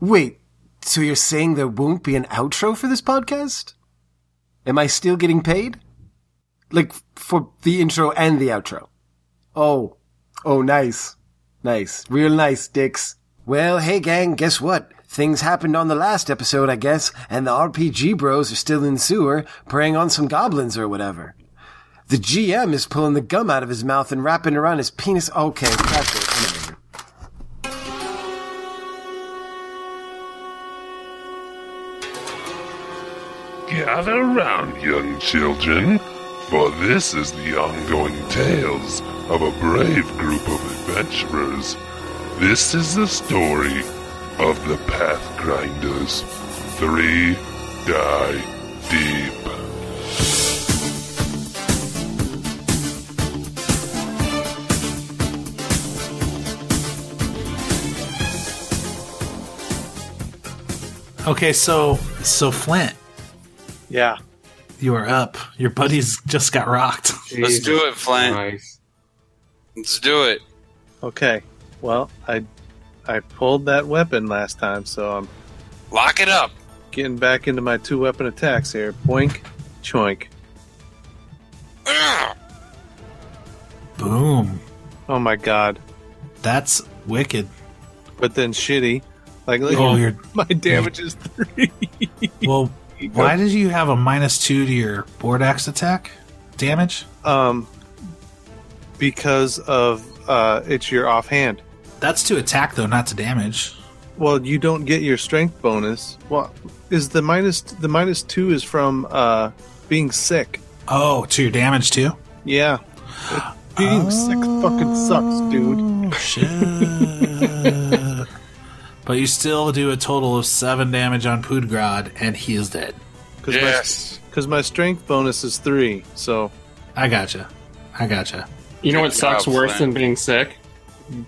Wait, so you're saying there won't be an outro for this podcast? Am I still getting paid? Like, for the intro and the outro. Oh. Oh, nice. Nice. Real nice, dicks. Well, hey gang, guess what? Things happened on the last episode, I guess, and the RPG bros are still in sewer, preying on some goblins or whatever. The GM is pulling the gum out of his mouth and wrapping it around his penis. Okay, that's it. Anyway. Gather round, young children, for this is the ongoing tales of a brave group of adventurers. This is the story of the Pathgrinders. Three die deep. Okay, so so Flint, Yeah. you are up. Your buddies just got rocked. Let's Jesus do it, Flint. Christ. Let's do it. Okay. Well, I I pulled that weapon last time, so I'm Lock it up. getting back into my two weapon attacks here. Boink, choink. Ugh. Boom. Oh my god. That's wicked. But then shitty. Like look, Oh, you're my damage is three. well. Why did you have a minus two to your board axe attack damage? Um because of uh it's your offhand. That's to attack though, not to damage. Well, you don't get your strength bonus. Well is the minus the minus two is from uh being sick. Oh, to your damage too. Yeah. Being sick fucking sucks, dude. Oh, Shit. but you still do a total of seven damage on Pudgrad, and he is dead. Cause my- Yes. Because my strength bonus is three, so I gotcha. I gotcha. You know what Good sucks job, worse Flynn. than being sick?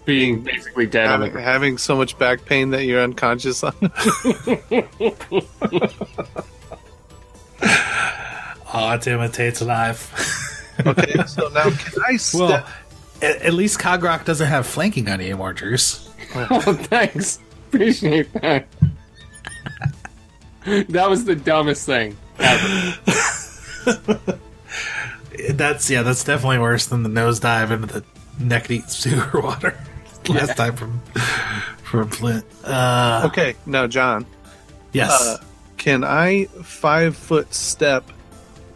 Being basically dead on the having, ground. having so much back pain that you're unconscious on. Oh, it imitates life. okay, so now can I step? Well, at, at least Cogrock doesn't have flanking on you anymore, Drews. Oh, thanks. Appreciate that. that was the dumbest thing. That's yeah, that's definitely worse than the nosedive into the neck deep sewer water last time from from Flint. Uh, okay, now John, yes, uh, can I five foot step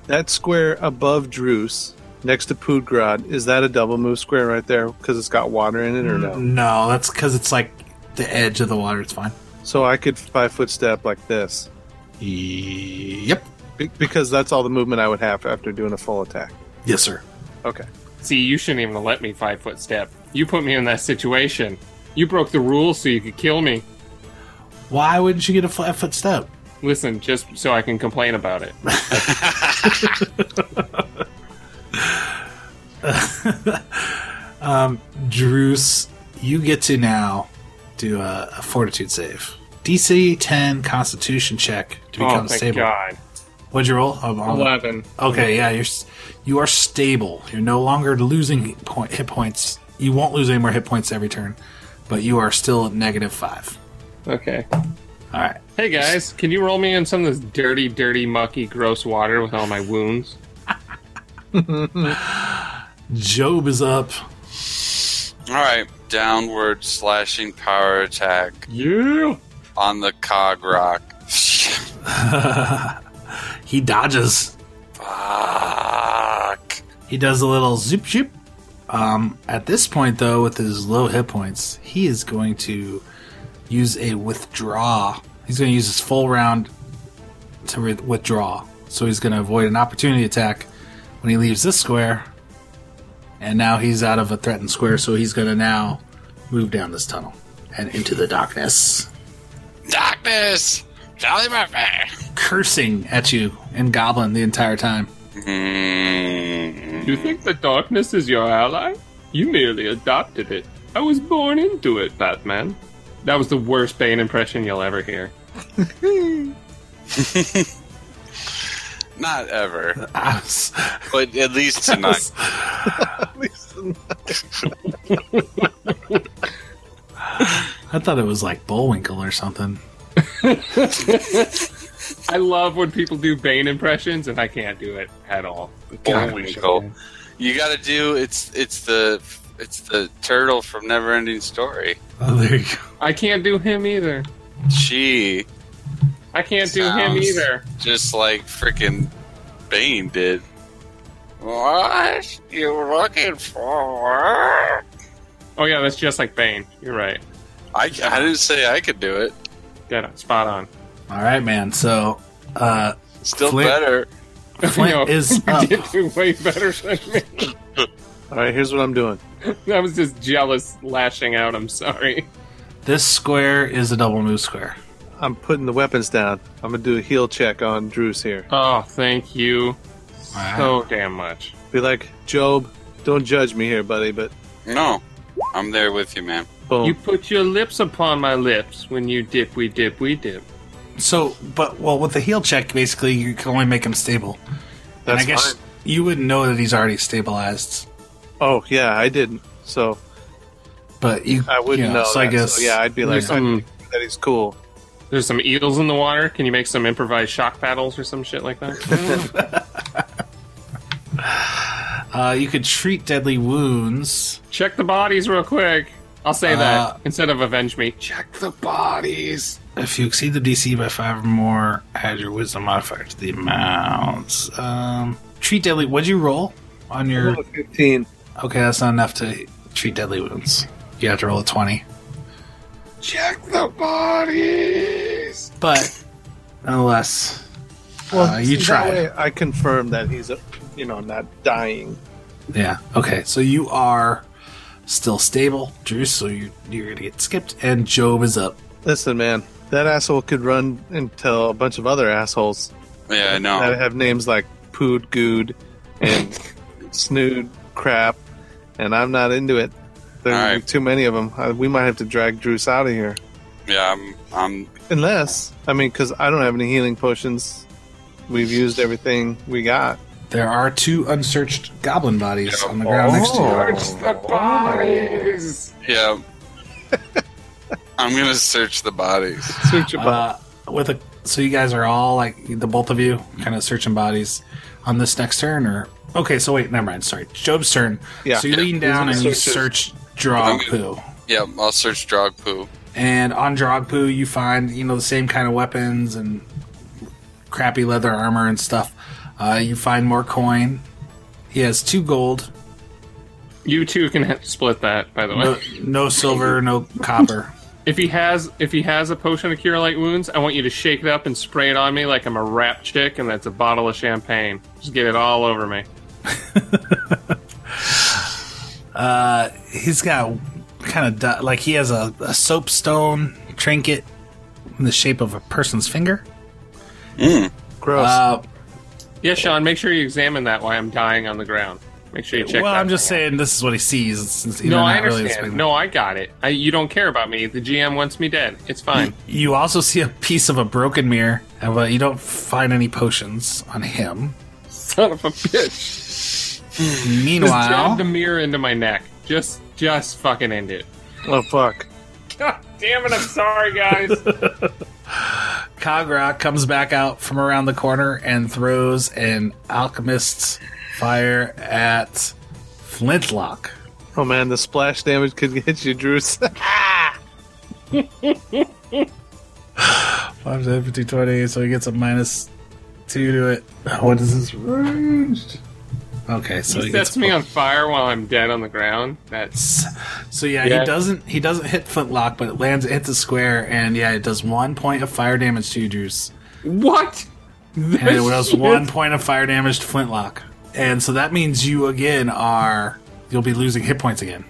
that square above Druce next to Pudgrad? Is that a double move square right there? Because it's got water in it, or no? no, that's because it's like the edge of the water. It's fine. So I could five foot step like this Yep. be- because that's all the movement I would have after doing a full attack. Yes, sir. Okay, See, you shouldn't even have let me five foot step. You put me in that situation. You broke the rules so you could kill me. Why wouldn't you get a flat foot step? Listen, just so I can complain about it. Drews, you get to now do a, a fortitude save. DC 10 Constitution check to become oh, thank stable. God. What'd you roll? Um, um, Eleven. Okay, yeah, you're s- you are stable. You're no longer losing point, hit points. You won't lose any more hit points every turn, but you are still at negative five. Okay. All right. Hey guys, can you roll me in some of this dirty, dirty, mucky, gross water with all my wounds? Job is up. All right. Downward slashing power attack You. on the cog rock. He dodges. Fuck. He does a little zoop zoop. Um, at this point, though, with his low hit points, he is going to use a withdraw. He's going to use his full round to re- withdraw. So he's going to avoid an opportunity attack when he leaves this square. And now he's out of a threatened square, so he's going to now move down this tunnel and into the darkness, Darkness. Charlie Murphy. cursing at you and goblin the entire time. Mm. You think the darkness is your ally? You merely adopted it. I was born into it, Batman. That was the worst Bane impression you'll ever hear. Not ever, I was, but at least tonight. At least- I thought it was like Bullwinkle or something. I love when people do Bane impressions, and I can't do it at all. God, Michael. You got to do it's it's the it's the turtle from Neverending Story. Oh, there you go. I can't do him either. She I can't do him Sounds- either. just like freaking Bane did. What you looking for? Oh yeah, that's just like Bane. You're right. I, I didn't say I could do it. Dead on. Spot on. All right, man. So, uh, Still Flip. better. Flint No, is You up. did do way better than me. All right, here's what I'm doing. I was just jealous lashing out. I'm sorry. This square is a double move square. I'm putting the weapons down. I'm gonna do a heal check on Drews here. Oh, thank you Wow. so damn much. Be like, Job, don't judge me here, buddy. But No, I'm there with you, man. boom, Oh. You put your lips upon my lips when you dip, we dip, we dip. So, but well, with the heal check, basically, you can only make him stable. and that's I guess fine. you wouldn't know that he's already stabilized, Oh yeah, I didn't. So but you I wouldn't you know. So I that. guess So, yeah, I'd be like, There's some, "Oh, that he's cool. there's some eels in the water. Can you make some improvised shock paddles or some shit like that? uh, you could treat deadly wounds. Check the bodies real quick. I'll say that Uh, instead of avenge me. Check the bodies. If you exceed the DC by five or more, add your wisdom modifier to the amount. Um, treat deadly. What'd you roll on your? Oh, 15. Okay, that's not enough to treat deadly wounds. You have to roll a twenty. Check the Uh, bodies. But nonetheless, uh, you see, that tried. way I confirm that he's, uh, you know, not dying. Yeah. Okay. So you are still stable, Drew. So you're you're gonna get skipped, and Job is up. Listen, man, that asshole could run and tell a bunch of other assholes Yeah, I know. that have names like Pood Good and Snood Crap, and I'm not into it. There All are right. too many of them. I, we might have to drag Drews out of here. Yeah, I'm. I'm. Unless, I mean, because I don't have any healing potions. We've used everything we got. There are two unsearched goblin bodies on the ground next to you. Oh. Search the bodies. Yeah. I'm gonna search the bodies. Search your body. Uh, with a so you guys are all like the both of you kind of searching bodies on this next turn, or okay. So wait, never mind. Sorry, Job's turn. Yeah. So you lean down and you search Drogpoo, Yeah, I'll search drog poo. and on Drogpoo you find you know the same kind of weapons and crappy leather armor and stuff. Uh, you find more coin. He has two gold, You two can ha- split that, by the way. no, no silver, no copper. If he has if he has a potion to cure light wounds, I want you to shake it up and spray it on me like I'm a rap chick and that's a bottle of champagne. Just get it all over me. He's got kind of di- like he has a, a soapstone trinket in the shape of a person's finger. Gross. Uh, Yeah, Sean, make sure you examine that while I'm dying on the ground. Make sure you check. well, that I'm just thing out. saying this is what he sees. Since No, they're I not really understand. explaining- no, I got it. I, you don't care about me. The GM wants me dead. It's fine. You also see a piece of a broken mirror, uh, but you don't find any potions on him. Son of a bitch! Just jab Meanwhile, the mirror into my neck. Just, just fucking end it. oh, fuck. God damn it! I'm sorry, guys. Kagra comes back out from around the corner and throws an alchemist's fire at Flintlock. Oh, man, the splash damage could hit you, Drews. 5, 10, 15, 20, so he gets a minus 2 to it. What is this ranged? Okay, so he he gets sets me on fire while I'm dead on the ground. That's So yeah, Yeah. he doesn't he doesn't hit Flintlock, but it lands it hits the square, and yeah, it does one point of fire damage to you, Drews, what. and it does one point of fire damage to Flintlock, and so that means you again are you'll be losing hit points again.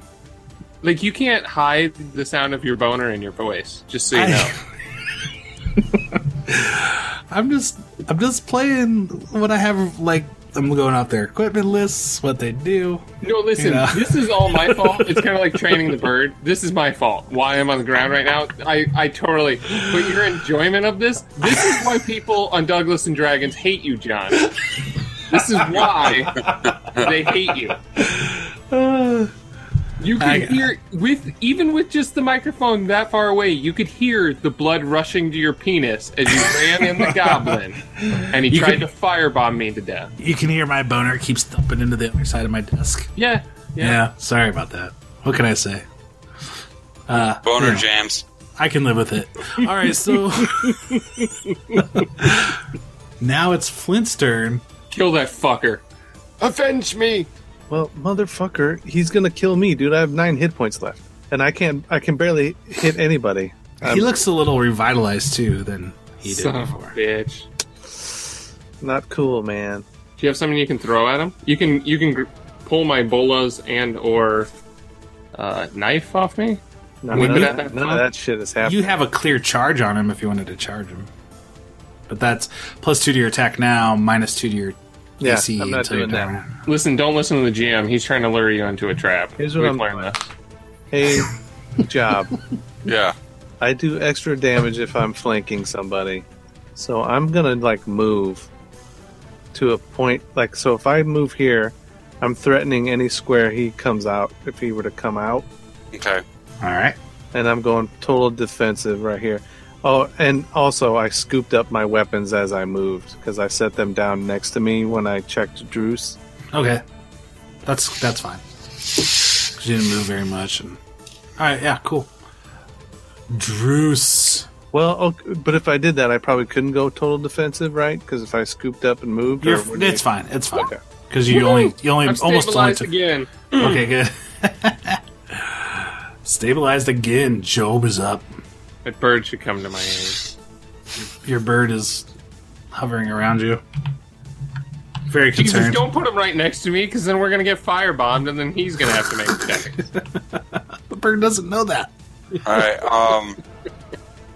Like you can't hide the sound of your boner in your voice. Just so you I- know. I'm just I'm just playing what I have like I'm going out their equipment lists, what they do. No, listen. Yeah. This is all my fault. It's kind of like training the bird. This is my fault. Why I'm on the ground right now? I, I totally. But your enjoyment of this. This is why people on Douglas and Dragons hate you, John. This is why they hate you. You I- could hear with even with just the microphone that far away, you could hear the blood rushing to your penis as you ran in the goblin, and he You tried could- to firebomb me to death. You can hear my boner keeps thumping into the other side of my desk. Yeah, Yeah. yeah. sorry about that. What can I say? Boner Yeah. jams. I can live with it. All right, so now it's Flint's turn. Kill that fucker. Avenge me. Well, motherfucker, he's gonna kill me, dude. I have nine hit points left, and I can I can barely hit anybody. he I'm looks a little revitalized too than he did Son of a before. bitch. not cool, man. Do you have something you can throw at him? You can you can gr- pull my bolas and or uh, knife off me. None, We've of been that, at that none of club. that shit is happening. You have a clear charge on him if you wanted to charge him. But that's plus two to your attack now, minus two to your yeah, AC I'm not until your doing that. turn. Listen, don't listen to the GM. He's trying to lure you into a trap. Here's what We've I'm doing. learned this. Hey, job. Yeah. I do extra damage if I'm flanking somebody. So I'm gonna like move to a point like so if I move here, I'm threatening any square he comes out if he were to come out. Okay. All right. And I'm going total defensive right here. Oh, and also I scooped up my weapons as I moved because I set them down next to me when I checked Druce. Okay. That's that's fine. 'Cause You didn't move very much. And... All right. Yeah. Cool. Druce, Well, okay, but if I did that, I probably couldn't go total defensive, right? Because if I scooped up and moved, or you're, when it's you- fine. It's fine. Okay. Because you only you only I'm almost only stabilized took. again. Okay. Good. stabilized again. Job is up. That bird should come to my aid. Your bird is hovering around you. Very Jesus, concerned. don't put him right next to me, because then we're gonna get firebombed, and then he's gonna have to make checks. The bird doesn't know that. All right. Um,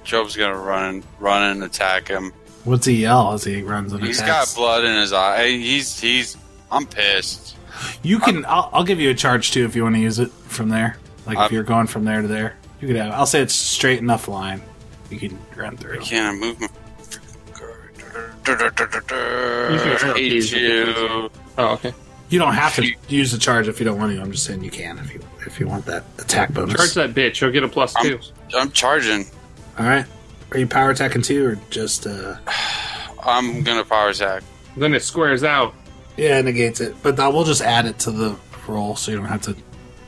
Job's gonna run and run and attack him. What's he yell as he runs and He's attacks? got blood in his eye. He's he's. I'm pissed. You can. I'll, I'll give you a charge too if you want to use it from there. Like if Uh, I'm- you're going from there to there, you could have. I'll say it's straight enough line. You can run through. Can I move my? should Hate have you. Oh, okay. You don't have to use the charge if you don't want to. I'm just saying you can if you if you want that attack bonus. Charge that bitch. He'll get a plus I'm- two. I'm charging. All right. Are you power attacking too, or just uh I'm gonna power attack. Then it squares out. yeah it negates it? But I will just add it to the roll, so you don't have to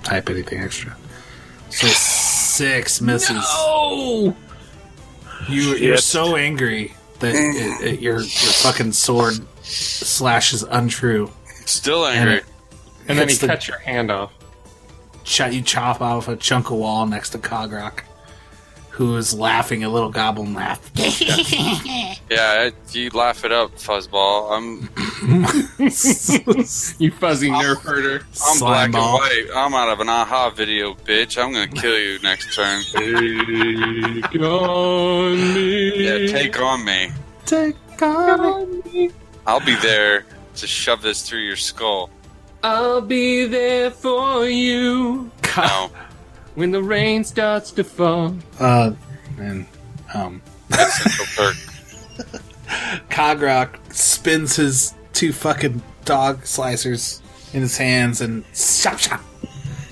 type anything extra. So six misses. No. You, you're Shit. so angry that it, it, your your fucking sword slashes untrue. Still And angry. it And then he hits the- cuts your hand off. cho- you chop off a chunk of wall next to Cogrock, who is laughing a little goblin laugh. Yeah, it, you laugh it up, fuzzball. I'm You fuzzy nerf herder. I'm black Slime ball. and white. I'm out of an aha video, bitch. I'm gonna kill you next turn. Take on me. yeah, take on me. Take on it. I'll be there to shove this through your skull. I'll be there for you No, when the rain starts to fall. Uh, and um, that's Central Perk. Cogrock spins his two fucking dog slicers in his hands and chop chop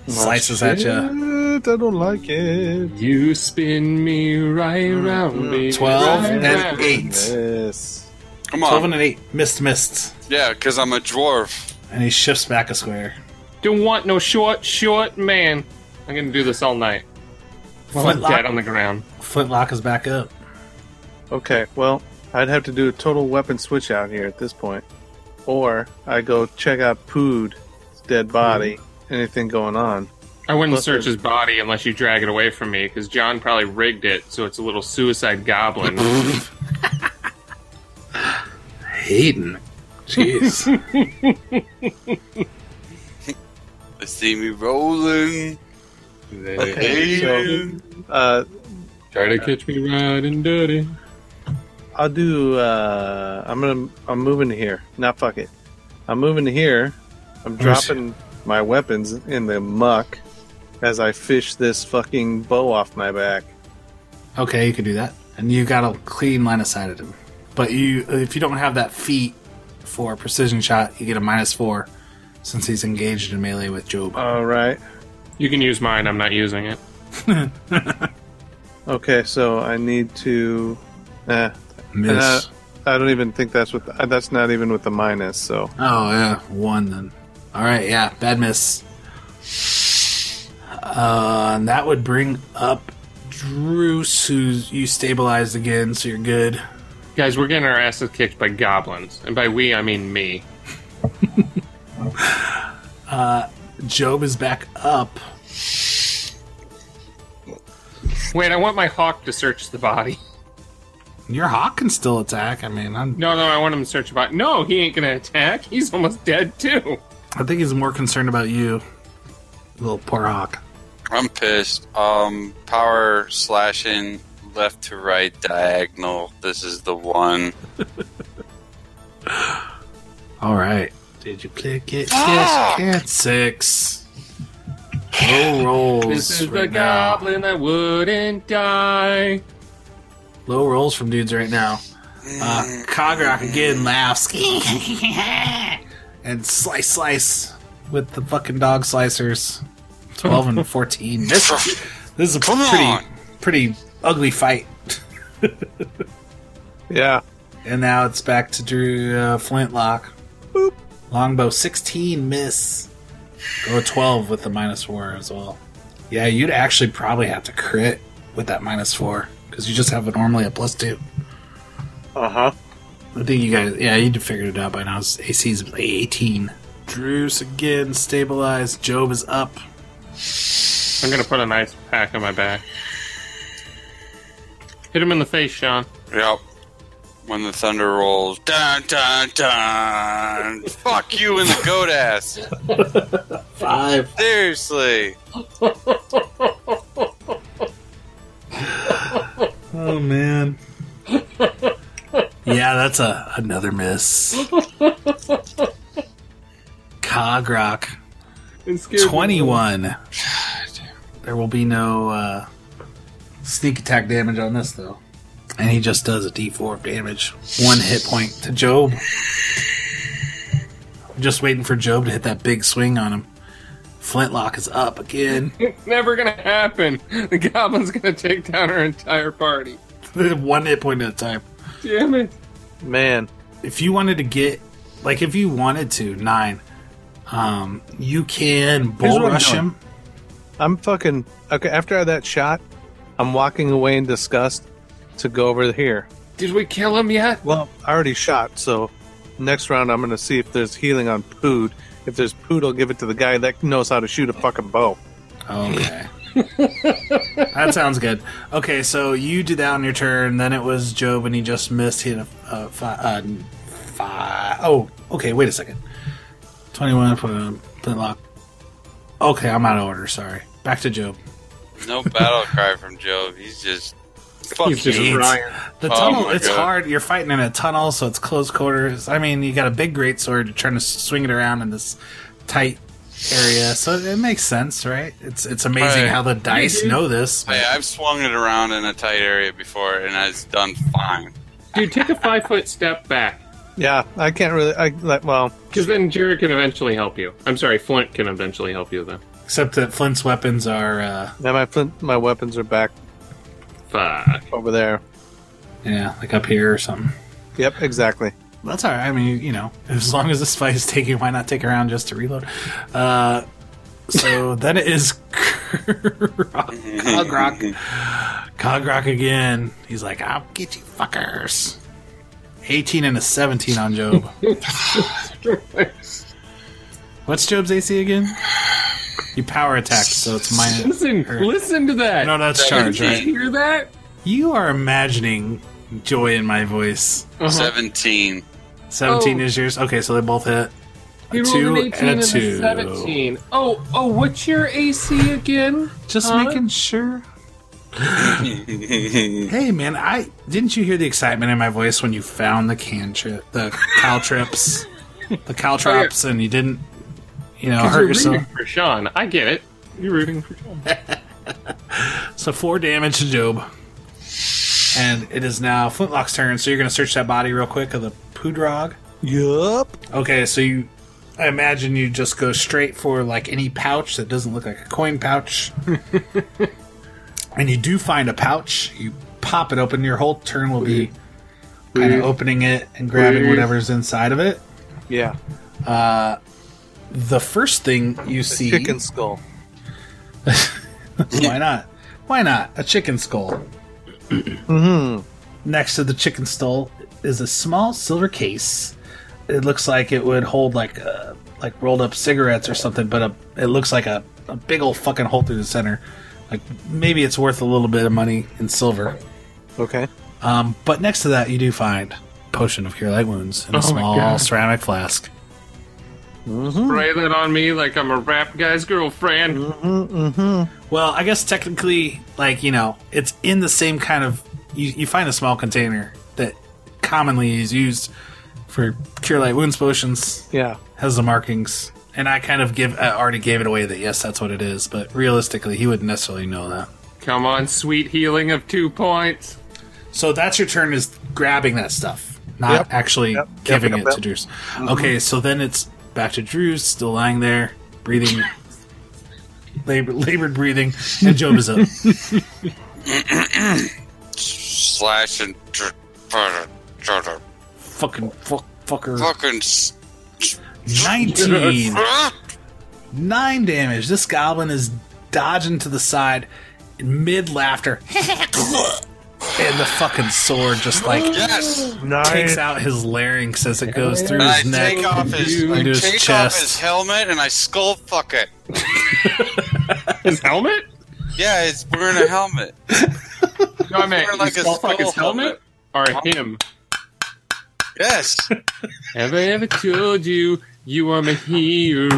slices at you. Shit, I don't like it. You spin me right round, baby. Twelve right and round. eight. Yes. Come Twelve on. and an eight. Missed, missed. Yeah, because I'm a dwarf. And he shifts back a square. Don't want no short, short man. I'm gonna do this all night. While I'm Flintlock. dead on the ground. Flintlock is back up. Okay, well, I'd have to do a total weapon switch out here at this point. Or I go check out Pood's dead body. Anything going on? I wouldn't Plus search the- his body unless you drag it away from me, because John probably rigged it so it's a little suicide goblin. Hayden. Jeez. They see me rolling. Okay, so- Uh, Try to catch me riding dirty. I'll do. Uh, I'm gonna. I'm moving to here. Not fuck it. I'm moving to here. I'm dropping my weapons in the muck as I fish this fucking bow off my back. okay, you can do that. And you got a clean line of sight at him. But you if you don't have that feat for Uh, precision shot, you get a minus four since he's engaged in melee with Job. All right. You can use mine. I'm not using it. Okay, so I need to. Eh, Miss. and I, I don't even think that's with. uh, That's not even with the minus. So Oh yeah, one then. All right, yeah, bad miss. Uh, and that would bring up Druce, who's you stabilized again, so you're good. Guys, we're getting our asses kicked by goblins. And by we, I mean me. Job is back up. Wait, I want my hawk to search the body. Your hawk can still attack. I mean, I'm, No, no, I want him to search the body. No, he ain't gonna attack. He's almost dead, too. I think he's more concerned about you, little poor hawk. I'm pissed. Um, power slashing left to right diagonal. This is the one. All right. Did you click it? Yes, yes. Six. Low rolls. This is the right now. goblin that wouldn't die. Low rolls from dudes right now. Uh, Cogrock again laughs and slice, slice with the fucking dog slicers. Twelve and fourteen. This, this is a Come pretty, on. pretty ugly fight. yeah, And now it's back to Drew uh, Flintlock. Longbow sixteen miss. Go twelve with the minus four as well. Yeah, you'd actually probably have to crit with that minus four because you just have a, normally a plus two. uh huh. I think you guys, yeah, you'd have figured it out by now. His AC is 18. Drews again stabilized. Job is up. I'm gonna put an ice pack on my back. Hit him in the face, Sean. Yep. When the thunder rolls, dun dun dun. Fuck you in the goat ass. Five. Seriously. Oh, man. yeah, that's a another miss. Cogrock, And scared me. 21. There will be no uh, sneak attack damage on this, though. And he just does a d4 of damage. One hit point to Job. Just waiting for Job to hit that big swing on him. Flintlock is up again. It's never gonna happen. The goblin's gonna take down our entire party. One hit point at a time. Damn it. Man, if you wanted to get like if you wanted to nine um you can Here's bull what I'm rush doing. him I'm fucking okay. After that shot, I'm walking away in disgust to go over here. Did we kill him yet? Well, I already shot, so next round I'm gonna see if there's healing on Pood. If there's Pood, I'll give it to the guy that knows how to shoot a fucking bow. okay that sounds good okay so you did that on your turn then it was job and he just missed he had a, a five, uh, five oh okay wait a second 21 for um, flintlock okay i'm out of order sorry back to job No battle cry from Job. He's just. Fuck He's just you. Ryan. The Oh tunnel, my it's God. hard. You're fighting in a tunnel, so it's close quarters. I mean, you got a big greatsword, you're trying to swing it around in this tight area, so it makes sense, right? It's it's amazing Right. how the dice know this. Hey, I've swung it around in a tight area before, and it's done fine. Dude, take a five foot step back. Yeah, I can't really. I like. Well, Because then Jared can eventually help you. I'm sorry, Flint can eventually help you, though. Except that Flint's weapons are, uh, now my flint, my weapons are back Fuck. over there. yeah, like up here or something. Yep, exactly. That's all right. I mean, you know, as long as this fight is taking, why not take around just to reload? Uh, so then it is Cogrock. Cogrock again. He's like, I'll get you fuckers. 18 and a 17 on Job. this What's Job's AC again? You power attack, so it's minus. Listen, or- listen to that. No, that's Did charge, you right? hear that? You are imagining joy in my voice. Uh-huh. 17. 17 Oh. is yours. Okay, so they both hit. He rolled two an 18 and a and a two. 17. Oh, oh, what's your AC again? Just Huh? making sure. hey man, I didn't you hear the excitement in my voice when you found the can trip, the caltrips, the Oh, caltrops, and you didn't, you know, hurt You're yourself. rooting for Sean. I get it. You're rooting for Sean. So four damage to Job, and it is now Flintlock's turn. So you're going to search that body real quick of the Pudrog. Yup. Okay, so you I imagine you just go straight for like any pouch that doesn't look like a coin pouch. and you do find a pouch, you pop it open, your whole turn will be kind of opening it and grabbing Please. whatever's inside of it. Yeah. The first thing you see Chicken skull. Why not? Why not? A chicken skull. Next to the chicken skull is a small silver case. It looks like it would hold like uh, like rolled up cigarettes or something, but a, it looks like a, a big old fucking hole through the center. Like maybe it's worth a little bit of money in silver. Okay. Um, but next to that, you do find potion of cure light wounds in a Oh my God. small ceramic flask. Spray that on me like I'm a rap guy's girlfriend. Mm-hmm. Well, I guess technically, like you know, it's in the same kind of. You, you find a small container that commonly is used for cure light wounds potions. Yeah. Has the markings, and I kind of give. I already gave it away that yes, that's what it is. But realistically, he wouldn't necessarily know that. Come on, sweet healing of two points. So that's your turn is grabbing that stuff, not Yep. actually Yep, yep, giving yep, Mm-hmm. it to yep. Drew's. Okay, so then it's back to Drew's, still lying there, breathing, labor, labored breathing, and Job is up. Slash and dr- dr- dr- dr- Fucking fuck, fucker. fucking s- 19. Ah! Nine damage. This goblin is dodging to the side mid laughter. and the fucking sword just like yes. takes Nice. out his larynx as it goes through And I his neck. take off his, into I his take chest. off his helmet and I skull fuck it. His helmet? Yeah, it's wearing a helmet. No, I meant Wearing like you a skull fuck skull his helmet? Or him. Yes. Have I ever told you you are my hero?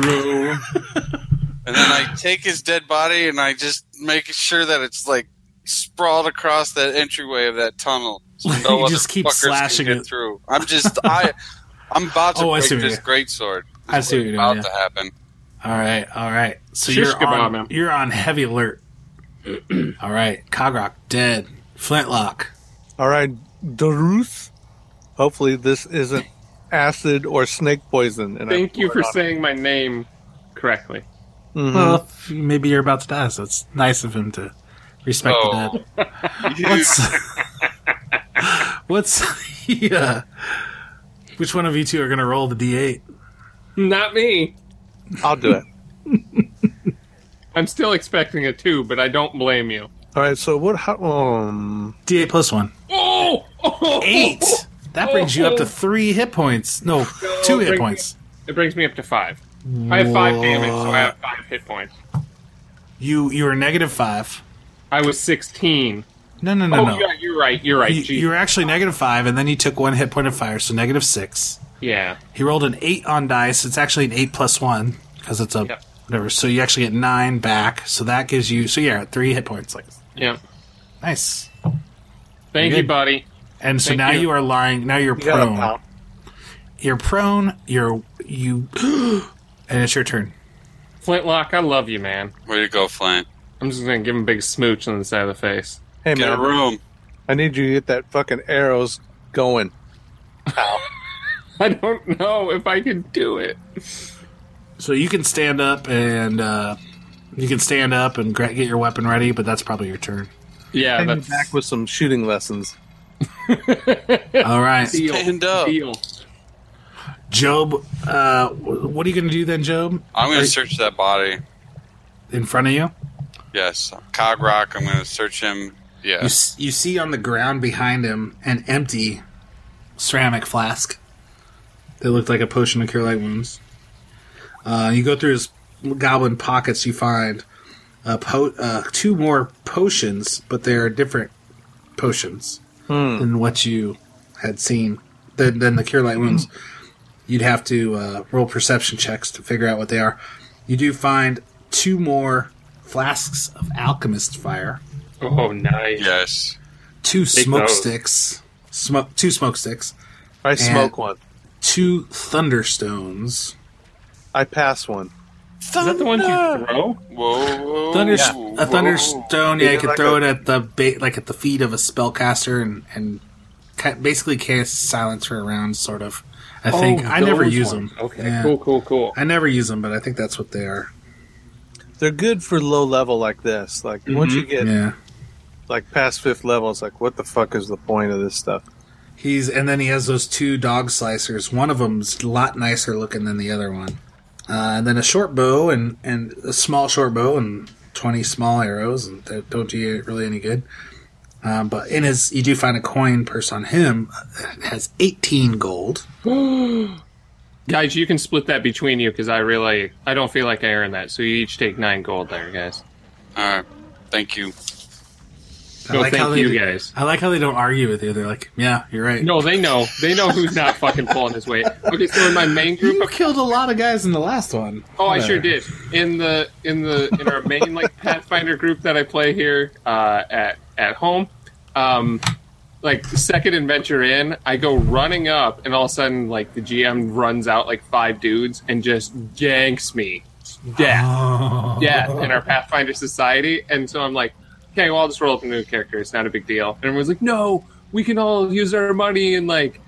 And then I take his dead body and I just make sure that it's like sprawled across that entryway of that tunnel. So Like, no you other just keep fuckers can slashing get it. through. I'm just I I'm about to Oh, I break see what this you're- great sword. I see what you're About doing. to happen. yeah. All right, all right. So Shish you're kebab, on, man. you're on heavy alert. all right, Cogrock dead. Flintlock. All right, Daruth. Hopefully, this isn't acid or snake poison. And I Thank you pour for it on- saying my name correctly. Well, maybe you're about to die, so it's nice of him to respect Oh. the dead. What's what's yeah? Which one of you two are gonna roll the d8? Not me. I'll do it. I'm still expecting a two, but I don't blame you. All right. So what? How, um, D8 plus one. Oh! oh! Eight. That brings you up to three hit points. No, two hit bring points. It brings me up to five. I have five damage, so I have What? five hit points. You you are negative five. I was 16. No no no oh, no. yeah, you're right. You're right. You, Gee. you were actually negative five, and then you took one hit point of fire, so negative six. yeah. He rolled an eight on dice. It's actually an eight plus one because it's a Yep. whatever. So you actually get nine back. So that gives you so yeah three hit points. Like Yeah. nice. Thank you, Good. buddy. And so Thank now you. you. are lying. Now you're you got a prone. pound. You're prone. You're you. and it's your turn. Flintlock, I love you, man. Way to go, Flint. I'm just gonna give him a big smooch on the side of the face. Hey Get a man, room. I need you to get that fucking arrows going. I don't know if I can do it. So you can stand up and uh, you can stand up and gra- get your weapon ready. But that's probably your turn. Yeah, Take me that's back with some shooting lessons. All right, deal. Stand up. Deal. Job. Uh, wh- what are you going to do then, Job? I'm gonna Are- search that body. In front of you. Yes. Cog Rock, I'm gonna search him. You, Yeah. s- you see on the ground behind him an empty ceramic flask that looked like a potion to cure light wounds. Uh, you go through his goblin pockets, you find a po- uh, two more potions, but they are different potions than what you had seen, than, than the cure light wounds. You'd have to uh, roll perception checks to figure out what they are. You do find two more flasks of alchemist fire Oh, nice. Yes. two smoke those. sticks, smoke two smoke sticks, I smoke one. two thunderstones. I pass one. Is that the one Ah. you throw? Whoa, whoa, Thunder, whoa. a thunderstone. Yeah, you Is it can like throw a- it at the ba- like at the feet of a spellcaster and and ca- basically casts silence her around, sort of. I think I never Oh, those use ones. them. Okay, Yeah. cool, cool, cool. I never use them, but I think that's what they are. They're good for low level like this. Like once you get Yeah. like past fifth level, it's like what the fuck is the point of this stuff? He's and then he has those two dog slicers. One of them's a lot nicer looking than the other one. Uh, and then a short bow and and a small short bow and twenty small arrows and that don't do you really any good. Um, but in his, you do find a coin purse on him that has eighteen gold. Guys, you can split that between you because I really I don't feel like I earned that. So you each take nine gold there, guys. All right. Thank you. I No, like how thank they you, do- guys. I like how they don't argue with you. They're like, "Yeah, you're right." No, they know. They know who's not fucking pulling his weight. Okay, so in my main group you of killed a lot of guys in the last one. Oh, I sure Whatever. did. In the in the in our main like Pathfinder group that I play here uh, at at home, um, like second adventure in, I go running up, and all of a sudden, like the GM runs out like five dudes and just ganks me, death, Oh. death in our Pathfinder society, and so I'm like, okay, well I'll just roll up a new character. It's not a big deal. And everyone's like, no, we can all use our money and like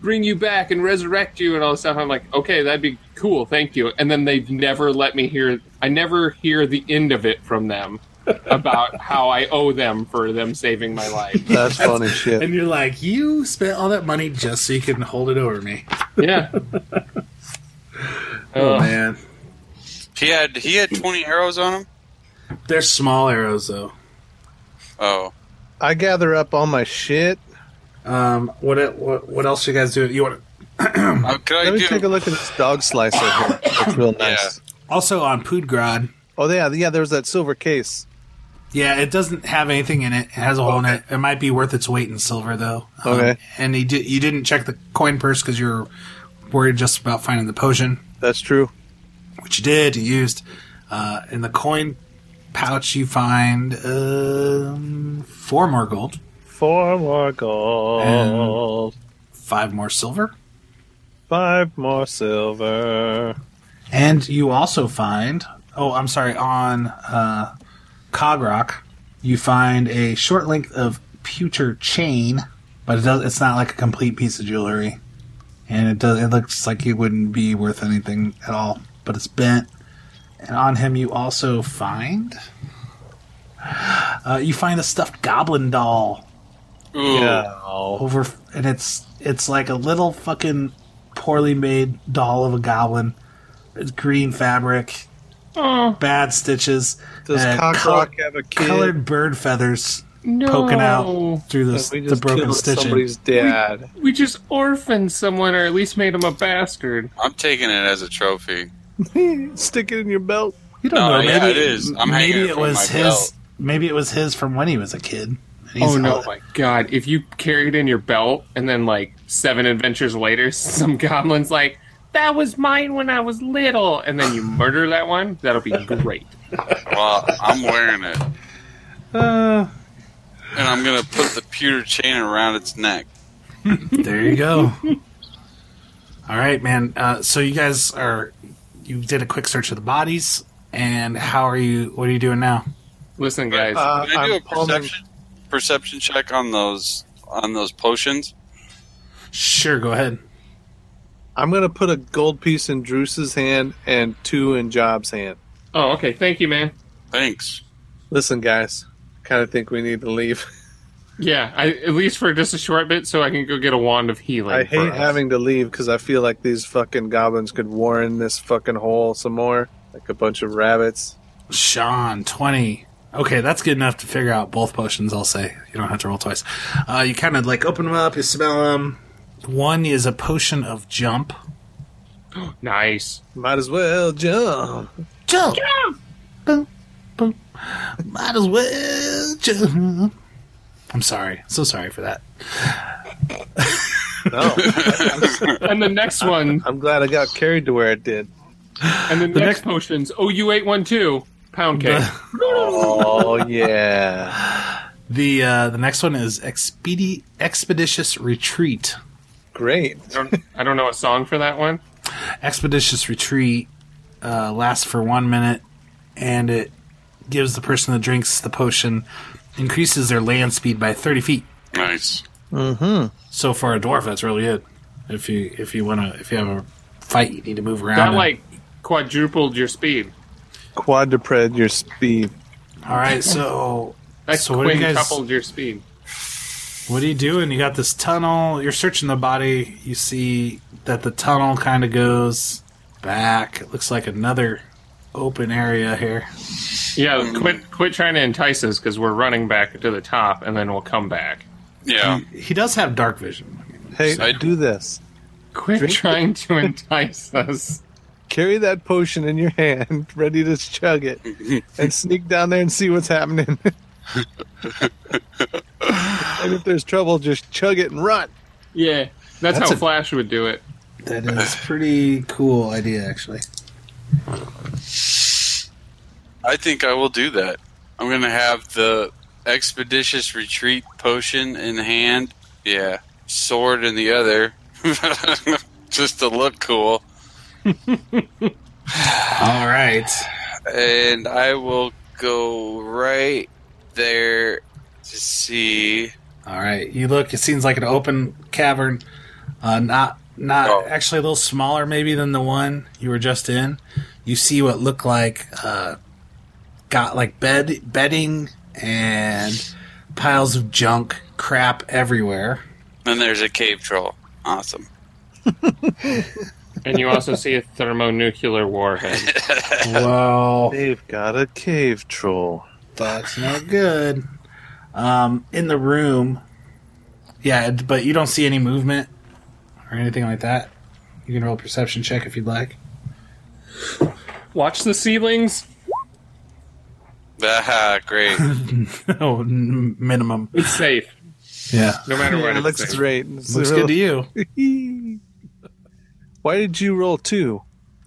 bring you back and resurrect you and all this stuff. I'm like, okay, that'd be cool, thank you. And then they've never let me hear. I never hear the end of it from them about how I owe them for them saving my life. That's funny shit. And you're like, you spent all that money just so you can hold it over me. Yeah. Oh Uh, man, He had he had twenty arrows on him. they're small arrows though. Oh, I gather up all my shit. Um, what el- what what else you guys doing? You want uh, could I Let me do? take a look at this dog slicer here. It's real nice. also on Poodgrad? Oh yeah, yeah. There was that silver case. Yeah, it doesn't have anything in it. It has a hole in it. It might be worth its weight in silver though. Um, Okay. and he did. You didn't check the coin purse because you were worried just about finding the potion, That's true. which you did. You used. Uh, in the coin pouch, you find um, four more gold, Four more gold, five more silver. five more silver. And you also find, oh, I'm sorry, on uh, Cogrock, you find a short length of pewter chain, but it does, it's not like a complete piece of jewelry, and it does. It looks like it wouldn't be worth anything at all, but it's bent. And on him, you also find, uh, you find a stuffed goblin doll Ooh, No. over and it's it's like a little fucking poorly made doll of a goblin it's green fabric bad stitches Does and Cock col- Rock have a kid? colored bird feathers no. poking out through the, We the just broken killed stitching somebody's dad. We just orphaned someone, or at least made him a bastard. I'm taking it as a trophy. Stick it in your belt. you don't No, know yeah, maybe it is. I'm hanging maybe it it from was my his belt. maybe it was his from when he was a kid And he's Oh no, all- my god! If you carry it in your belt, and then like seven adventures later, some goblin's like, "That was mine when I was little," and then you murder that one, that'll be great. Well, I'm wearing it, and Uh, I'm gonna put the pewter chain around its neck. there you go all right man uh, so you guys are you did a quick search of the bodies and how are you what are you doing now Listen, guys, Uh, Can I do I'm a palming- perception, perception check on those on those potions? Sure, go ahead. I'm gonna put a gold piece in Drew's hand and two in Job's hand. Oh, okay. Thank you, man. Thanks. Listen, guys, kind of think we need to leave. Yeah, I, at least for just a short bit, so I can go get a wand of healing. I for hate us. having to leave because I feel like these fucking goblins could warren this fucking hole some more, like a bunch of rabbits. Sean, 20. Okay, that's good enough to figure out both potions, I'll say. You don't have to roll twice. Uh, you kind of like open them up, you smell them. One is a potion of jump. Nice. Might as well jump. Jump! Boom, boom. Might as well jump. I'm sorry. So sorry for that. No, And the next one, I'm glad I got carried to where it did. and the, next, potions. Oh, you eight one two pound cake. Oh yeah. The uh, the next one is expedi- expeditious retreat. Great. I don't, I don't know a song for that one. expeditious retreat uh, lasts for one minute and it gives the person that drinks the potion increases their land speed by 30 feet Nice. So for a dwarf, that's really it. If you if you wanna if you have a fight, you need to move around. That and- like quadrupled your speed. Quadruped your speed. all right. So That So what do you guys- quintupled your speed. What are you doing? You got this tunnel. You're searching the body. You see that the tunnel kind of goes back. It looks like another open area here. Yeah, quit quit trying to entice us because we're running back to the top, and then we'll come back. Yeah. He does have dark vision. Hey, I- do this. Quit Drink- trying to entice us. Carry that potion in your hand, ready to chug it, and sneak down there and see what's happening. and if there's trouble, just chug it and run. Yeah, that's, That's how a- Flash would do it. That is pretty cool idea, actually. I think I will do that. I'm going to have the expeditious retreat potion in hand. Yeah. Sword in the other. Just to look cool. All right. And I will go right there to see. All right. You look. It seems like an open cavern. Uh, not not Oh. actually a little smaller maybe than the one you were just in. You see what look like uh, got like bed bedding and piles of junk, crap everywhere. And there's a cave troll. Awesome. And you also see a thermonuclear warhead. Whoa, They've got a cave troll. that's no good. Um, in the room, yeah, but you don't see any movement or anything like that. You can roll a perception check if you'd like. Watch the ceilings. Ah, great. oh, n- minimum. It's safe, Yeah. no matter what. Yeah, it it's looks safe. great. Looks good to you. you. Why did you roll two?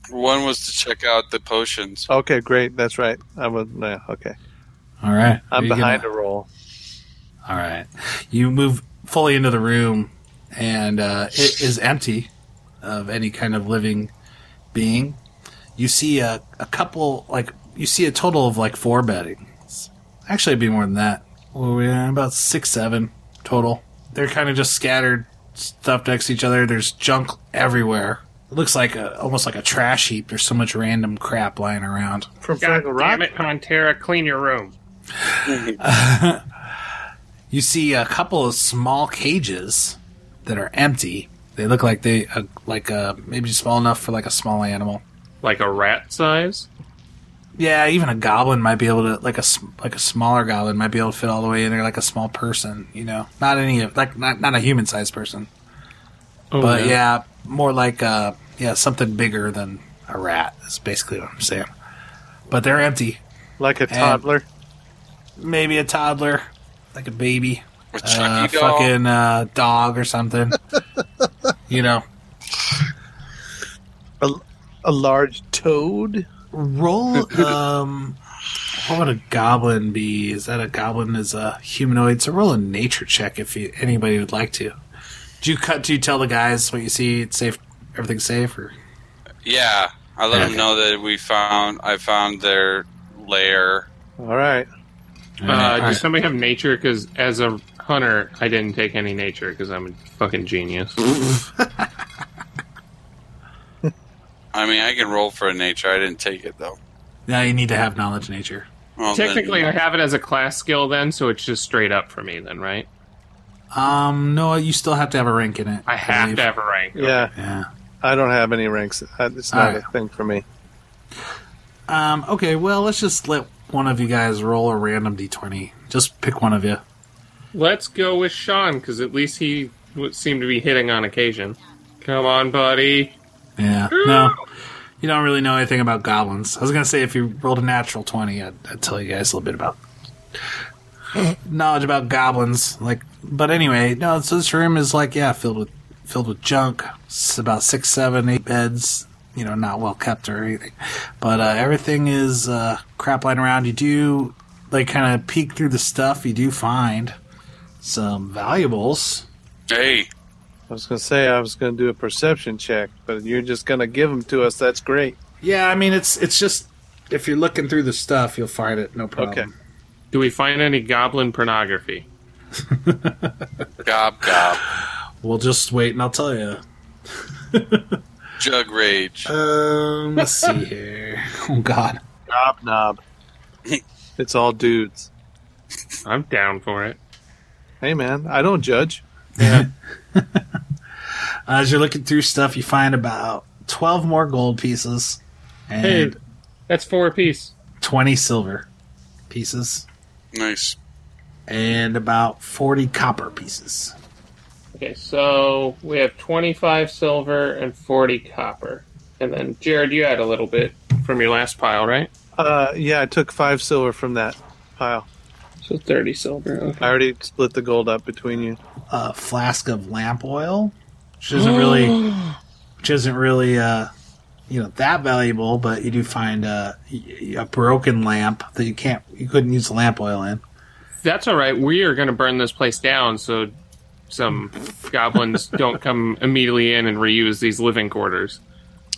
One was to check out the potions. Okay, great. That's right. I was yeah, okay. All right. I'm You gonna- behind a roll. All right. You move fully into the room, and uh, it is empty of any kind of living being. You see a, a couple, like, you see a total of like four beddings. Actually, it'd be more than that. Well, we are about six, seven total. They're kind of just scattered, stuffed next to each other. There's junk everywhere. It looks like a, almost like a trash heap. There's so much random crap lying around. From God Fraggle Rock. damn it, Pantera, clean your room. You see a couple of small cages that are empty. They look like they uh, like uh, maybe small enough for like a small animal. Like a rat size. Yeah, even a goblin might be able to like a s- like a smaller goblin might be able to fit all the way in there like a small person. You know, not any of like not not a human sized person, Oh, but no. yeah, more like uh yeah something bigger than a rat. Is basically what I'm saying. But they're empty. Like a toddler. Maybe a toddler, like a baby, A uh, E. Chucky doll. fucking uh, dog or something. you know. A, a large toad? roll um what would a goblin be is that a goblin is a humanoid so roll a nature check if you, anybody would like to do you cut do you tell the guys what you see it's safe everything's safe or Yeah, I let Yeah, okay. them know that we found. I found their lair. All right. All Uh, right, all Does right. somebody have nature? Because as a hunter, I didn't take any nature because I'm a fucking genius. I mean, I can roll for a nature. I didn't take it though. now you need to have knowledge nature Well, then- Technically, I have it as a class skill then, so it's just straight up for me then, right? um no you still have to have a rank in it I have believe. to have a rank. Yeah, yeah I don't have any ranks. Uh, It's not All right. a thing for me. um okay well let's just let one of you guys roll a random d20 just pick one of you Let's go with Sean because at least he would seem to be hitting on occasion. Come on, buddy. yeah no you don't really know anything about goblins. I was gonna say if you rolled a natural twenty, I'd, I'd tell you guys a little bit about knowledge about goblins. Like, but anyway, no. So this room is like yeah, filled with filled with junk. It's about six, seven, eight beds. You know, not well kept or anything. But uh, everything is uh, crap lying around. You do like kind of peek through the stuff. You do find some valuables. hey, I was going to say I was going to do a perception check, but you're just going to give them to us. That's great. Yeah, I mean it's it's just if you're looking through the stuff, you'll find it. No problem. Okay. Do we find any goblin pornography? Gob gob. We'll just wait and I'll tell you. Jug rage. Um, let's see here. Oh God. Knob knob. it's all dudes. I'm down for it. Hey man, I don't judge. As you're looking through stuff, you find about twelve more gold pieces and Hey, that's four apiece. twenty silver pieces Nice. and about forty copper pieces. Okay, so we have 25 silver and 40 copper. And then, Jared, you had a little bit from your last pile, right? Uh, yeah, I took five silver from that pile. So 30 silver. Okay. I already split the gold up between you. a flask of lamp oil, which isn't really, which isn't really, uh, you know, that valuable. But you do find uh, y- a broken lamp that you can't, you couldn't use lamp oil in. That's all right. We are going to burn this place down so some goblins don't come immediately in and reuse these living quarters.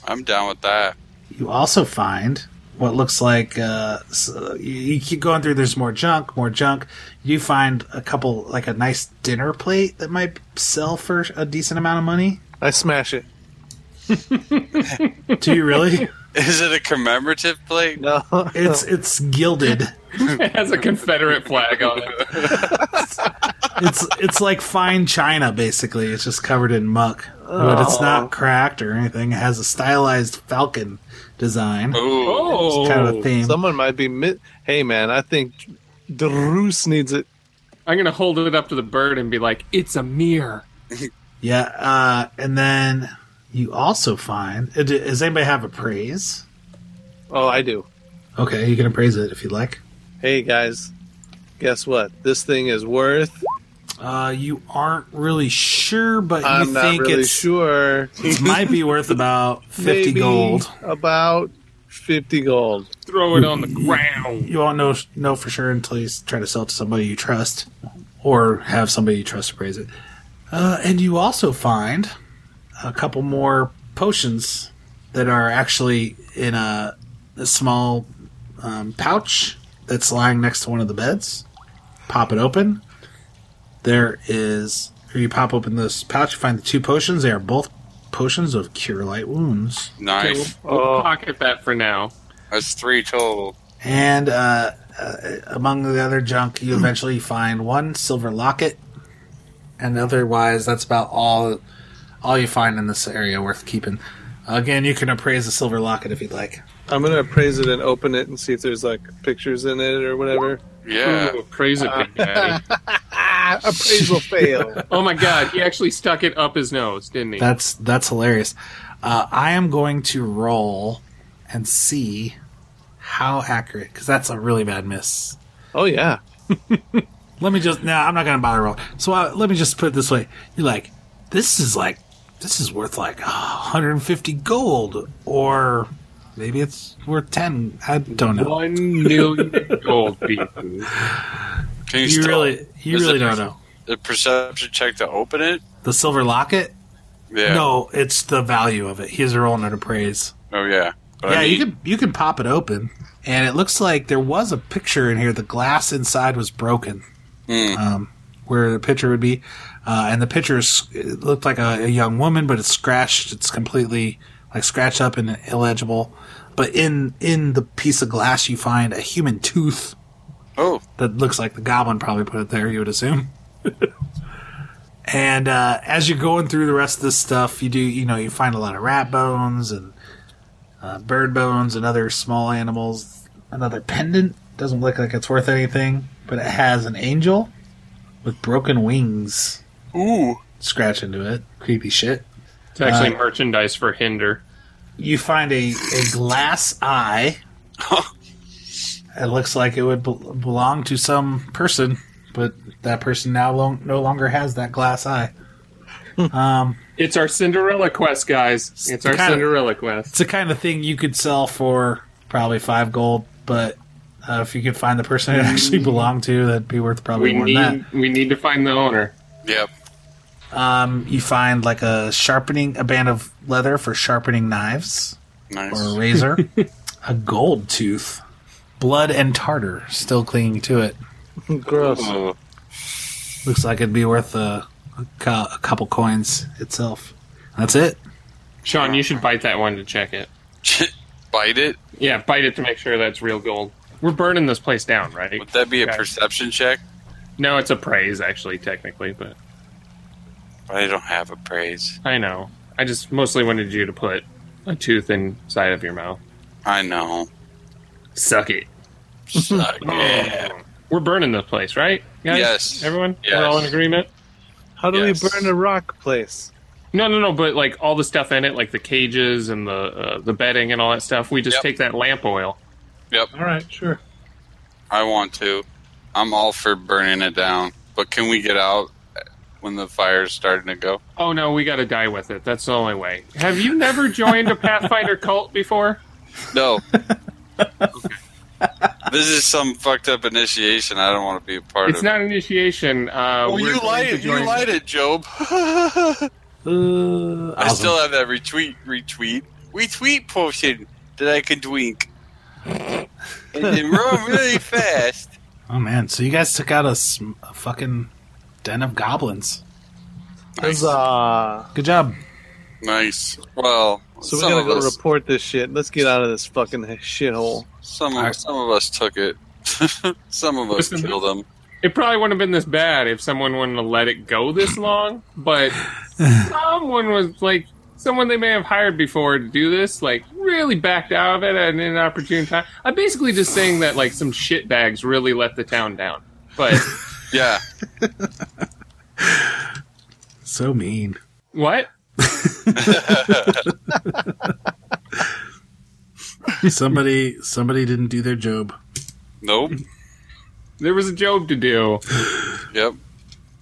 I'm down with that. You also find what looks like uh, s- uh, you, you keep going through. There's more junk, more junk. You find a couple, like a nice dinner plate that might sell for a decent amount of money. I smash it. Mm-hmm. Do you really? Is it a commemorative plate? No, it's it's gilded. It has a Confederate flag on it. it's it's like fine china basically it's just covered in muck but it's Oh. not cracked or anything it has a stylized falcon design Oh, it's kind of a theme someone might be. Mi- hey man, I think Drus needs it. I'm going to hold it up to the bird and be like, it's a mirror. yeah uh and then you also find uh, d- does anybody have a praise Oh, I do. okay you can appraise it if you'd like Hey guys, guess what? This thing is worth. uh you aren't really sure but you I'm not think really it's sure. it might be worth about 50 Maybe gold About fifty gold. Throw it on the ground. you won't know know for sure until you s- try to sell it to somebody you trust, or have somebody you trust appraise it. Uh, and you also find a couple more potions that are actually in a, a small um, pouch that's lying next to one of the beds. Pop it open. There is. Or you pop open this pouch, you find the two potions. They are both potions of cure light wounds. nice. We'll Oh. pocket that for now. That's three total. And uh, uh, among the other junk, you eventually find one silver locket, and otherwise, that's about all all you find in this area worth keeping. Again, you can appraise the silver locket if you'd like. I'm gonna appraise it and open it and see if there's like pictures in it or whatever. Yeah. Ooh, praise it, Big Daddy. Ah, appraisal fail. Uh, Oh my god, he actually stuck it up his nose, didn't he? That's that's hilarious. Uh, I am going to roll and see how accurate, because that's a really bad miss. Oh yeah. Let me just now. I'm not gonna bother roll. So uh, let me just put it this way: you're like, this is like, this is worth like 150 gold, or maybe it's worth 10. I don't know. One million gold pieces. Can you, You still- really, you Is really it- don't know. the perception check to open it? The silver locket? Yeah. No, it's the value of it. He's rolling it appraise. Oh yeah. But yeah, I mean, you can you can pop it open, and it looks like there was a picture in here. The glass inside was broken, Hmm. um, where the picture would be, uh, and the picture is, it looked like a, a young woman, but it's scratched. It's completely like scratched up and illegible. But in in the piece of glass, you find a human tooth Oh, that looks like the goblin probably put it there, you would assume. and uh, as you're going through the rest of this stuff, you do, you know, you find a lot of rat bones and uh, bird bones and other small animals. Another pendant doesn't look like it's worth anything, but it has an angel with broken wings. ooh. Scratch into it. Creepy shit. It's actually merchandise for Hinder. You find a, a glass eye. it looks like it would bel belong to some person, but that person now lo- no longer has that glass eye. It's our Cinderella quest, guys. It's our Kinda. Cinderella quest. It's the kind of thing you could sell for probably five gold, but uh, if you could find the person it actually belonged to, that'd be worth probably We more than need we need to find the owner. Yep. that. Um, you find like a sharpening, a band of leather for sharpening knives or a Nice. razor, a gold tooth, Oh, blood and tartar still clinging to it. Gross. Ooh. Looks like it'd be worth a, a, cou- a couple coins itself. That's it. Sean, you should bite that one to check it. Bite it? Yeah, bite it to make sure that's real gold. We're burning this place down, right? Would that be a Okay. perception check? No, it's a praise actually, technically, but I don't have a praise. I know. I just mostly wanted you to put a tooth inside of your mouth. I know. Suck it. Suck. yeah. We're burning this place, right? Guys? Yes. Everyone? Yes. We're all in agreement? How do Yes. we burn a rock place? No, no, no, but like all the stuff in it, like the cages and the uh, the bedding and all that stuff, we just Yep. take that lamp oil. Yep, All right, sure. I want to. I'm all for burning it down. But can we get out when the fire's starting to go? Oh no, we gotta die with it. That's the only way. Have you never joined a Pathfinder cult before? No. This is some fucked up initiation. I don't want to be a part It's of. not initiation. Uh, Well, we're you going lied. to it. You join- lied it, Job. I Uh, awesome. still have that retweet, retweet, retweet potion that I could wink. and then run really fast. oh man! So you guys took out a, sm- a fucking den of goblins. Nice. Huzzah. Good job. Nice. Well, uh, So we some gotta of go us, report this shit. Let's get out of this fucking shithole. some I- of, some of us took it. some of us Listen, killed them. It probably wouldn't have been this bad if someone wouldn't have let it go this long, but someone was like, someone they may have hired before to do this, like, really backed out of it at an inopportune time. I'm basically just saying that, like, some shitbags really let the town down. But Yeah. So mean. what? somebody somebody didn't do their job. Nope. There was a job to do. Yep.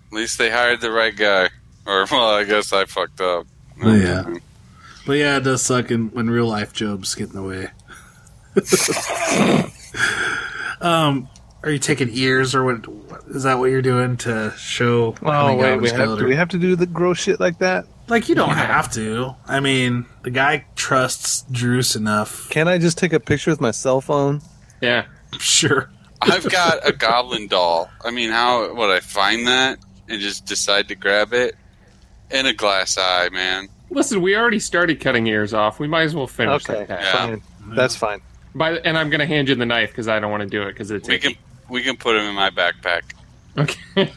At least they hired the right guy. Or well, I guess I fucked up. Yeah. But yeah, it does suck in, when real life jobs get in the way. um, are you taking ears or what, what? Is that what you're doing to show? how Oh many goblins wait, we have killed do her? we have to do the gross shit like that? like you don't have to. I mean, the guy trusts Druce enough. Can I just take a picture with my cell phone? Yeah. Sure. I've got a goblin doll. I mean, how would I find that and just decide to grab it? And a glass eye, man. Listen, we already started cutting ears off. We might as well finish Okay, that task. Yeah. fine. That's fine. By the, and I'm going to hand you the knife because I don't want to do it because it's. We can we can put him in my backpack. Okay.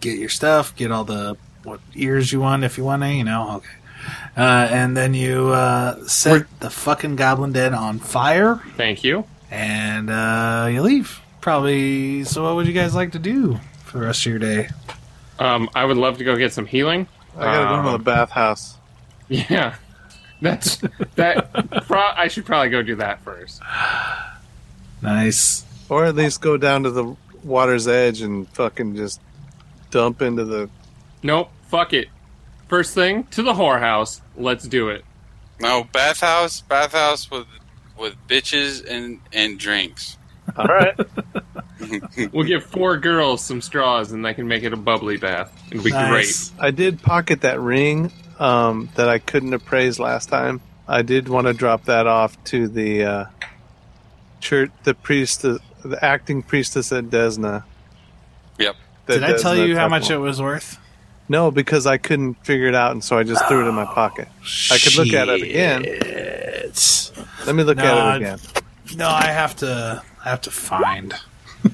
Get your stuff. Get all the what ears you want if you want any. You know. Okay. Uh, and then you uh, set the fucking goblin den on fire. Thank you. and uh, you leave. Probably. So, what would you guys like to do for the rest of your day? Um, I would love to go get some healing. I gotta Um, go to the bathhouse. Yeah, that's that. Pro- I should probably go do that first. Nice. Or at least go down to the water's edge and fucking just dump into the Nope, fuck it. First thing to the whorehouse. Let's do it. No bathhouse, bathhouse with with bitches and and drinks. All right. We'll give four girls some straws, and they can make it a bubbly bath. It'll be nice. I did pocket that ring um, that I couldn't appraise last time. I did want to drop that off to the uh, church, the priest, uh, the, acting priestess at Desna. Yep. that Did I tell Desna you how Temple. much it was worth? No, because I couldn't figure it out, and so I just threw it in my pocket. I could look at it again. Shit. Let me look No, at it again. No, I have to. I have to find.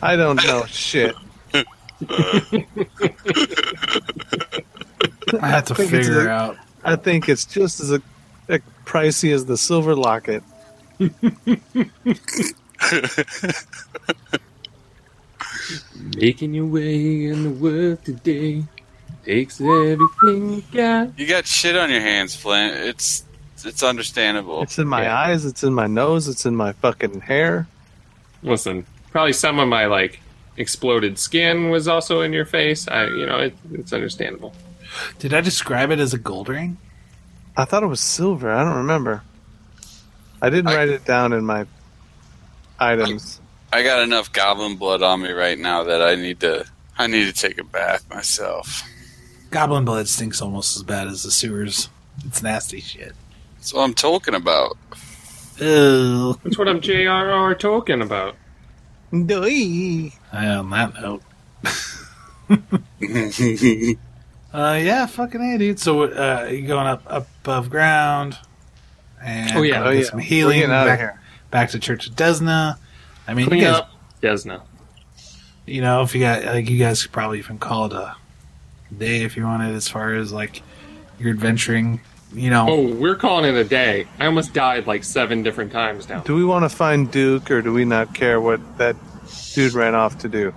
I don't know shit. I have to think it's figure like- out. I think it's just as a, a pricey as the silver locket. great. Making your way in the world today takes everything you got. You got shit on your hands, Flint. It's it's understandable. It's in my Yeah. eyes. It's in my nose. It's in my fucking hair. Listen, probably some of my like exploded skin was also in your face. I, you know, it, it's understandable. Did I describe it as a gold ring? I thought it was silver. I don't remember. I didn't I- write it down in my items. I got enough goblin blood on me right now that I need to I need to take a bath myself. Goblin blood stinks almost as bad as the sewers. It's nasty shit. That's what I'm talking about. Ew. That's what I'm J.R.R. talking about. Doi. On that note, Uh, yeah, fucking a dude. So uh, you going up up above ground? And Oh, yeah. gonna Oh, get yeah. some We're healing. getting outta back, here. back to Church of Desna. I mean, Clean you guys, up Desna. you know, if you got like, you guys could probably even call it a day if you wanted, as far as like you're adventuring. You know, Oh, we're calling it a day. I almost died like seven different times now. Do we want to find Duke, or do we not care what that dude ran off to do?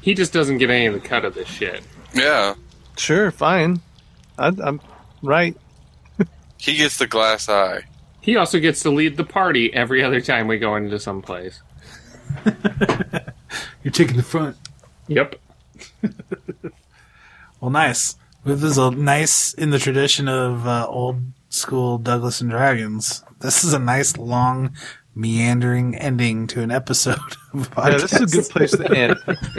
He just doesn't get any of the cut of this shit. yeah, Sure, fine. I, I'm right. he gets the glass eye. He also gets to lead the party every other time we go into some place. you're taking the front. Yep. Well, nice. This is a nice in the tradition of uh, old school Douglas and Dragons. This is a nice long meandering ending to an episode of a podcast. Yeah, this is a good place to end.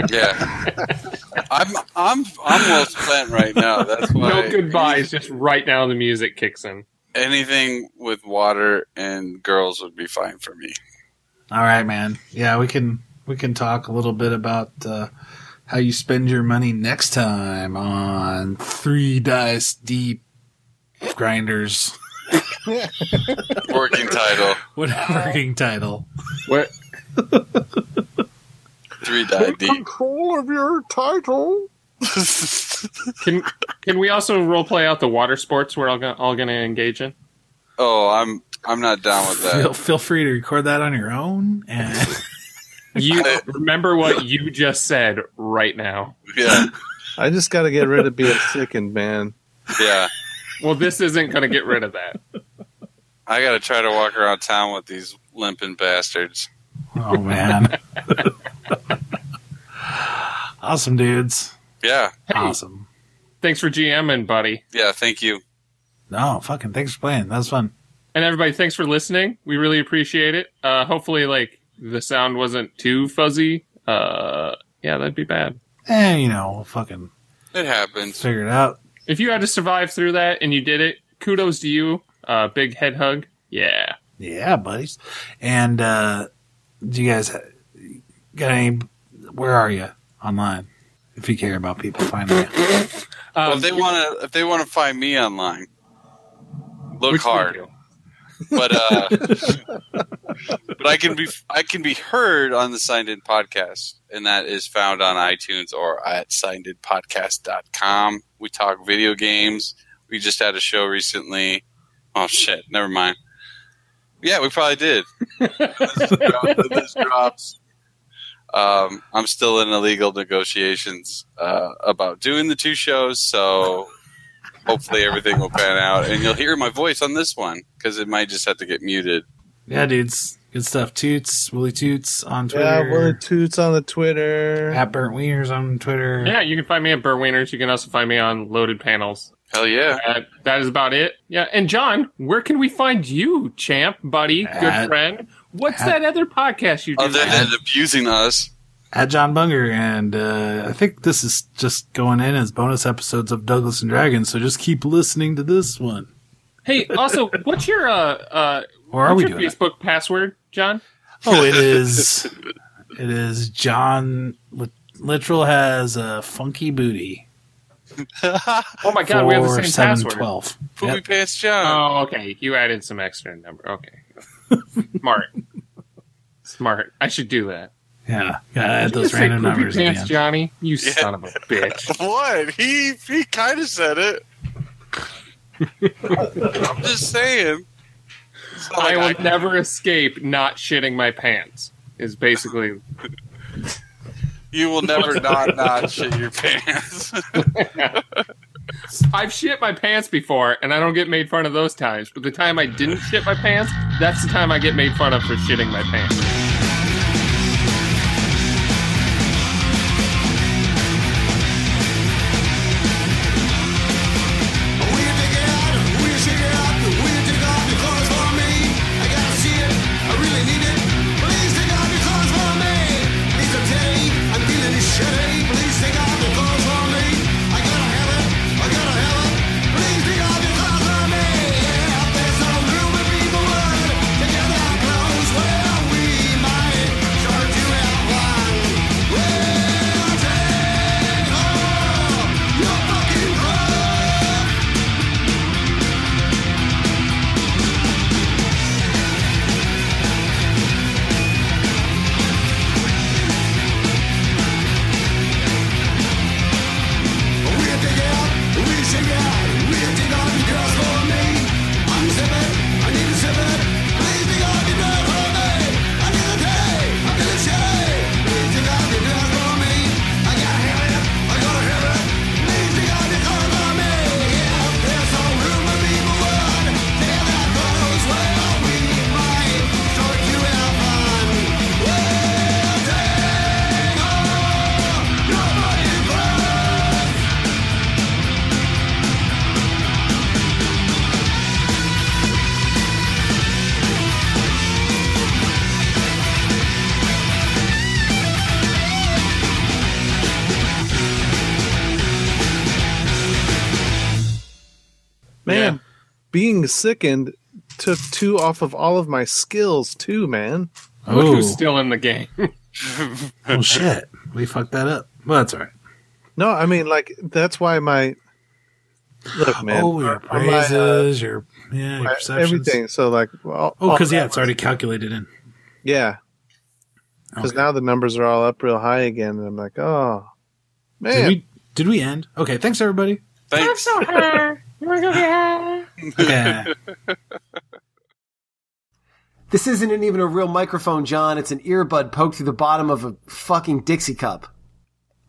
Yeah, I'm I'm I'm well spent right now. That's why No goodbyes, just right now the music kicks in. Anything with water and girls would be fine for me. All right, man. Yeah, we can we can talk a little bit about uh, how you spend your money next time on three dice deep grinders, Working title: whatever title. What? Three Die Deep. Control of your title. Can can we also role play out the water sports we're all, go- all going to engage in? Oh, I'm I'm not down with Feel, that. feel free to record that on your own and. You remember what you just said right now. Yeah, I just got to get rid of being sickened, man. yeah. Well, this isn't going to get rid of that. I gotta try to walk around town with these limping bastards. Oh man. awesome dudes. Yeah, Awesome. Thanks for GMing, buddy. yeah. Thank you. No, fucking thanks for playing. That was fun. And everybody, thanks for listening. We really appreciate it. Uh, hopefully, like the sound wasn't too fuzzy. Uh, yeah, that'd be bad. And you know, we'll fucking It happens. figure it out. If you had to survive through that and you did it, kudos to you. Uh, big head hug. Yeah. Yeah, buddies. And uh do you guys ha- got any where are you online? If you care about people finding you. Well, Um, if they want to, if they want to find me online, look which we hard. do. But uh, but I can be I can be heard on the Signed In podcast, and that is found on iTunes or at signedinpodcast.com. We talk video games. We just had a show recently. Oh shit! Never mind. Yeah, we probably did. this, drops, this drops. Um, I'm still in illegal negotiations uh, about doing the two shows, so hopefully everything will pan out, and you'll hear my voice on this one because it might just have to get muted. Yeah, dudes. Good stuff. Toots, Willy Toots on Twitter. Yeah, Willie Toots on the Twitter. At Burnt Wieners on Twitter. Yeah, you can find me at Burr Wieners. You can also find me on Loaded Panels. Hell yeah! Uh, that is about it. Yeah. And John, where can we find you, champ, buddy, At- good friend? What's at- that other podcast you do? Other than abusing us, at John Bunger, and uh, I think this is just going in as bonus episodes of Douglas and Dragons. So just keep listening to this one. hey, also, what's your uh uh Or are what's we your doing? it? Facebook password, John? Oh, it is. It is John. Lit- Literal has a funky booty. Oh my god, we have the same password. 4712. poopy Yep. pants John. Oh, okay. You added some extra number. Okay. Smart. Smart. I should do that. Yeah, yeah. Add Just those say random poopy numbers at the pants, end. Johnny. You son of a bitch. What he he kind of said it. I'm just saying. It's not I like will never escape not shitting my pants. Is basically you will never not not shit your pants. I've shit my pants before, and I don't get made fun of those times. But the time I didn't shit my pants, that's the time I get made fun of for shitting my pants. Will you dig it out? Will you shake it out? Will you take off your clothes for me? I gotta see it. I really need it. Please take off your clothes for me. These are dirty. I'm feeling shitty. Please take off your clothes for me. I gotta have it. I gotta have it. Please take off your clothes for me. Yeah, out there's some room people would. Together, clothes where we Man, being sickened took two off of all of my skills too, man. Look Oh, who's still in the game. oh shit. We fucked that up. Well, that's all right. No, I mean like that's why my look, man. oh, your are my, uh, praises, your yeah, your my- perceptions. everything. So like, all, Oh, because all- yeah, it's already calculated in. yeah, because now the numbers are all up real high again, and I'm like, oh Did man, we did we end? Okay, thanks everybody. Thanks. Okay. This isn't even a real microphone, John. It's an earbud poked through the bottom of a fucking Dixie cup.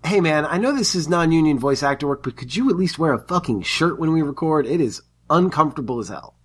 Hey man, I know this is non-union voice actor work, but could you at least wear a fucking shirt when we record? It is uncomfortable as hell.